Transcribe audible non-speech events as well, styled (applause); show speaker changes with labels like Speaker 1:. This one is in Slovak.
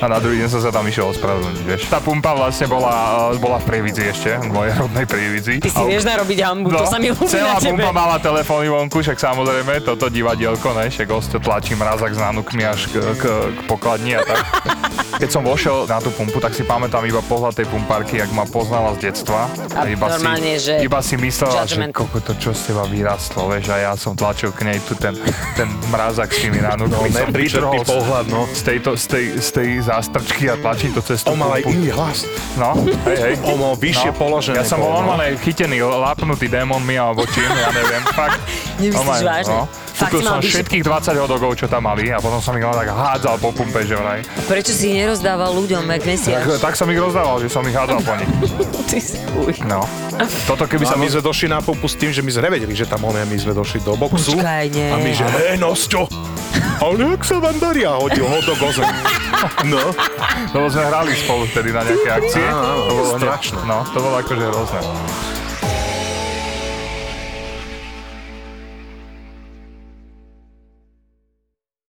Speaker 1: a na druhý deň som sa tam išiel ospravedlniť, vieš. Tá pumpa vlastne bola, eh, bola v Prievidzi ešte, v mojej rodnej Prievidzi.
Speaker 2: Ty si
Speaker 1: A-
Speaker 2: vieš narobiť hambu,
Speaker 3: No,
Speaker 2: to sa mi ľúbi
Speaker 1: No, celá
Speaker 2: na tebe.
Speaker 1: pumpa mala telefóny vonku, však samozrejme, toto divadielko, ne, však ostro tlačí mrazak s nanukmi až k, k, k pokladni a
Speaker 2: (laughs)
Speaker 1: tak. Keď som vošiel na tú pumpu, tak si pamätám iba pohľad tej pumpárky, jak ma poznala z detstva.
Speaker 2: A
Speaker 1: iba
Speaker 2: normálne,
Speaker 1: si,
Speaker 2: že
Speaker 1: Iba si myslela, že
Speaker 2: judgment.
Speaker 1: koko to čo z teba vyrastlo, vieš, a ja som tlačil k nej tu ten, ten mrazak s tými
Speaker 3: No,
Speaker 1: nanukmi. som vytrhol z-
Speaker 3: pohľad, no.
Speaker 1: z, tejto, z, tej, z tej zástrčky a tlačím to cez tú
Speaker 3: On mal aj
Speaker 1: pumpu.
Speaker 3: iný hlas.
Speaker 1: No,
Speaker 3: (laughs)
Speaker 1: hej, hej.
Speaker 3: On mal vyššie položené.
Speaker 1: Ja som bol
Speaker 3: bolo, no.
Speaker 1: normálne chytený, lápnutý démonmi alebo čím, ja neviem, (laughs) fakt.
Speaker 2: Nemyslíš
Speaker 1: Normálne, no.
Speaker 2: vážne? Fakt
Speaker 1: Kúpil
Speaker 2: si mal
Speaker 1: som
Speaker 2: vyššie-
Speaker 1: všetkých 20 hodogov, čo tam mali a potom som ich len tak hádzal po pumpe, že vraj.
Speaker 4: Prečo si ich nerozdával ľuďom, jak
Speaker 1: Tak,
Speaker 4: mesiač?
Speaker 1: tak som ich rozdával, že som ich hádzal po nich.
Speaker 2: Ty si chuj. (laughs)
Speaker 1: No. Toto keby
Speaker 3: My,
Speaker 1: sa...
Speaker 3: sa, my
Speaker 1: roz-
Speaker 3: sme došli na pumpu s tým, že my sme nevedeli, že tam on je, my sme došli do boxu.
Speaker 4: Počkaj, nie.
Speaker 3: A my že, hej,
Speaker 1: (laughs)
Speaker 3: Nosťo, ale jak sa vám darí? A hodil ho do goze. No,
Speaker 1: Lebo sme hrali spolu vtedy na nejaké akcie.
Speaker 3: Áno, áno,
Speaker 1: To bolo hneď-
Speaker 3: strašné.
Speaker 1: No, to bolo akože hrozné.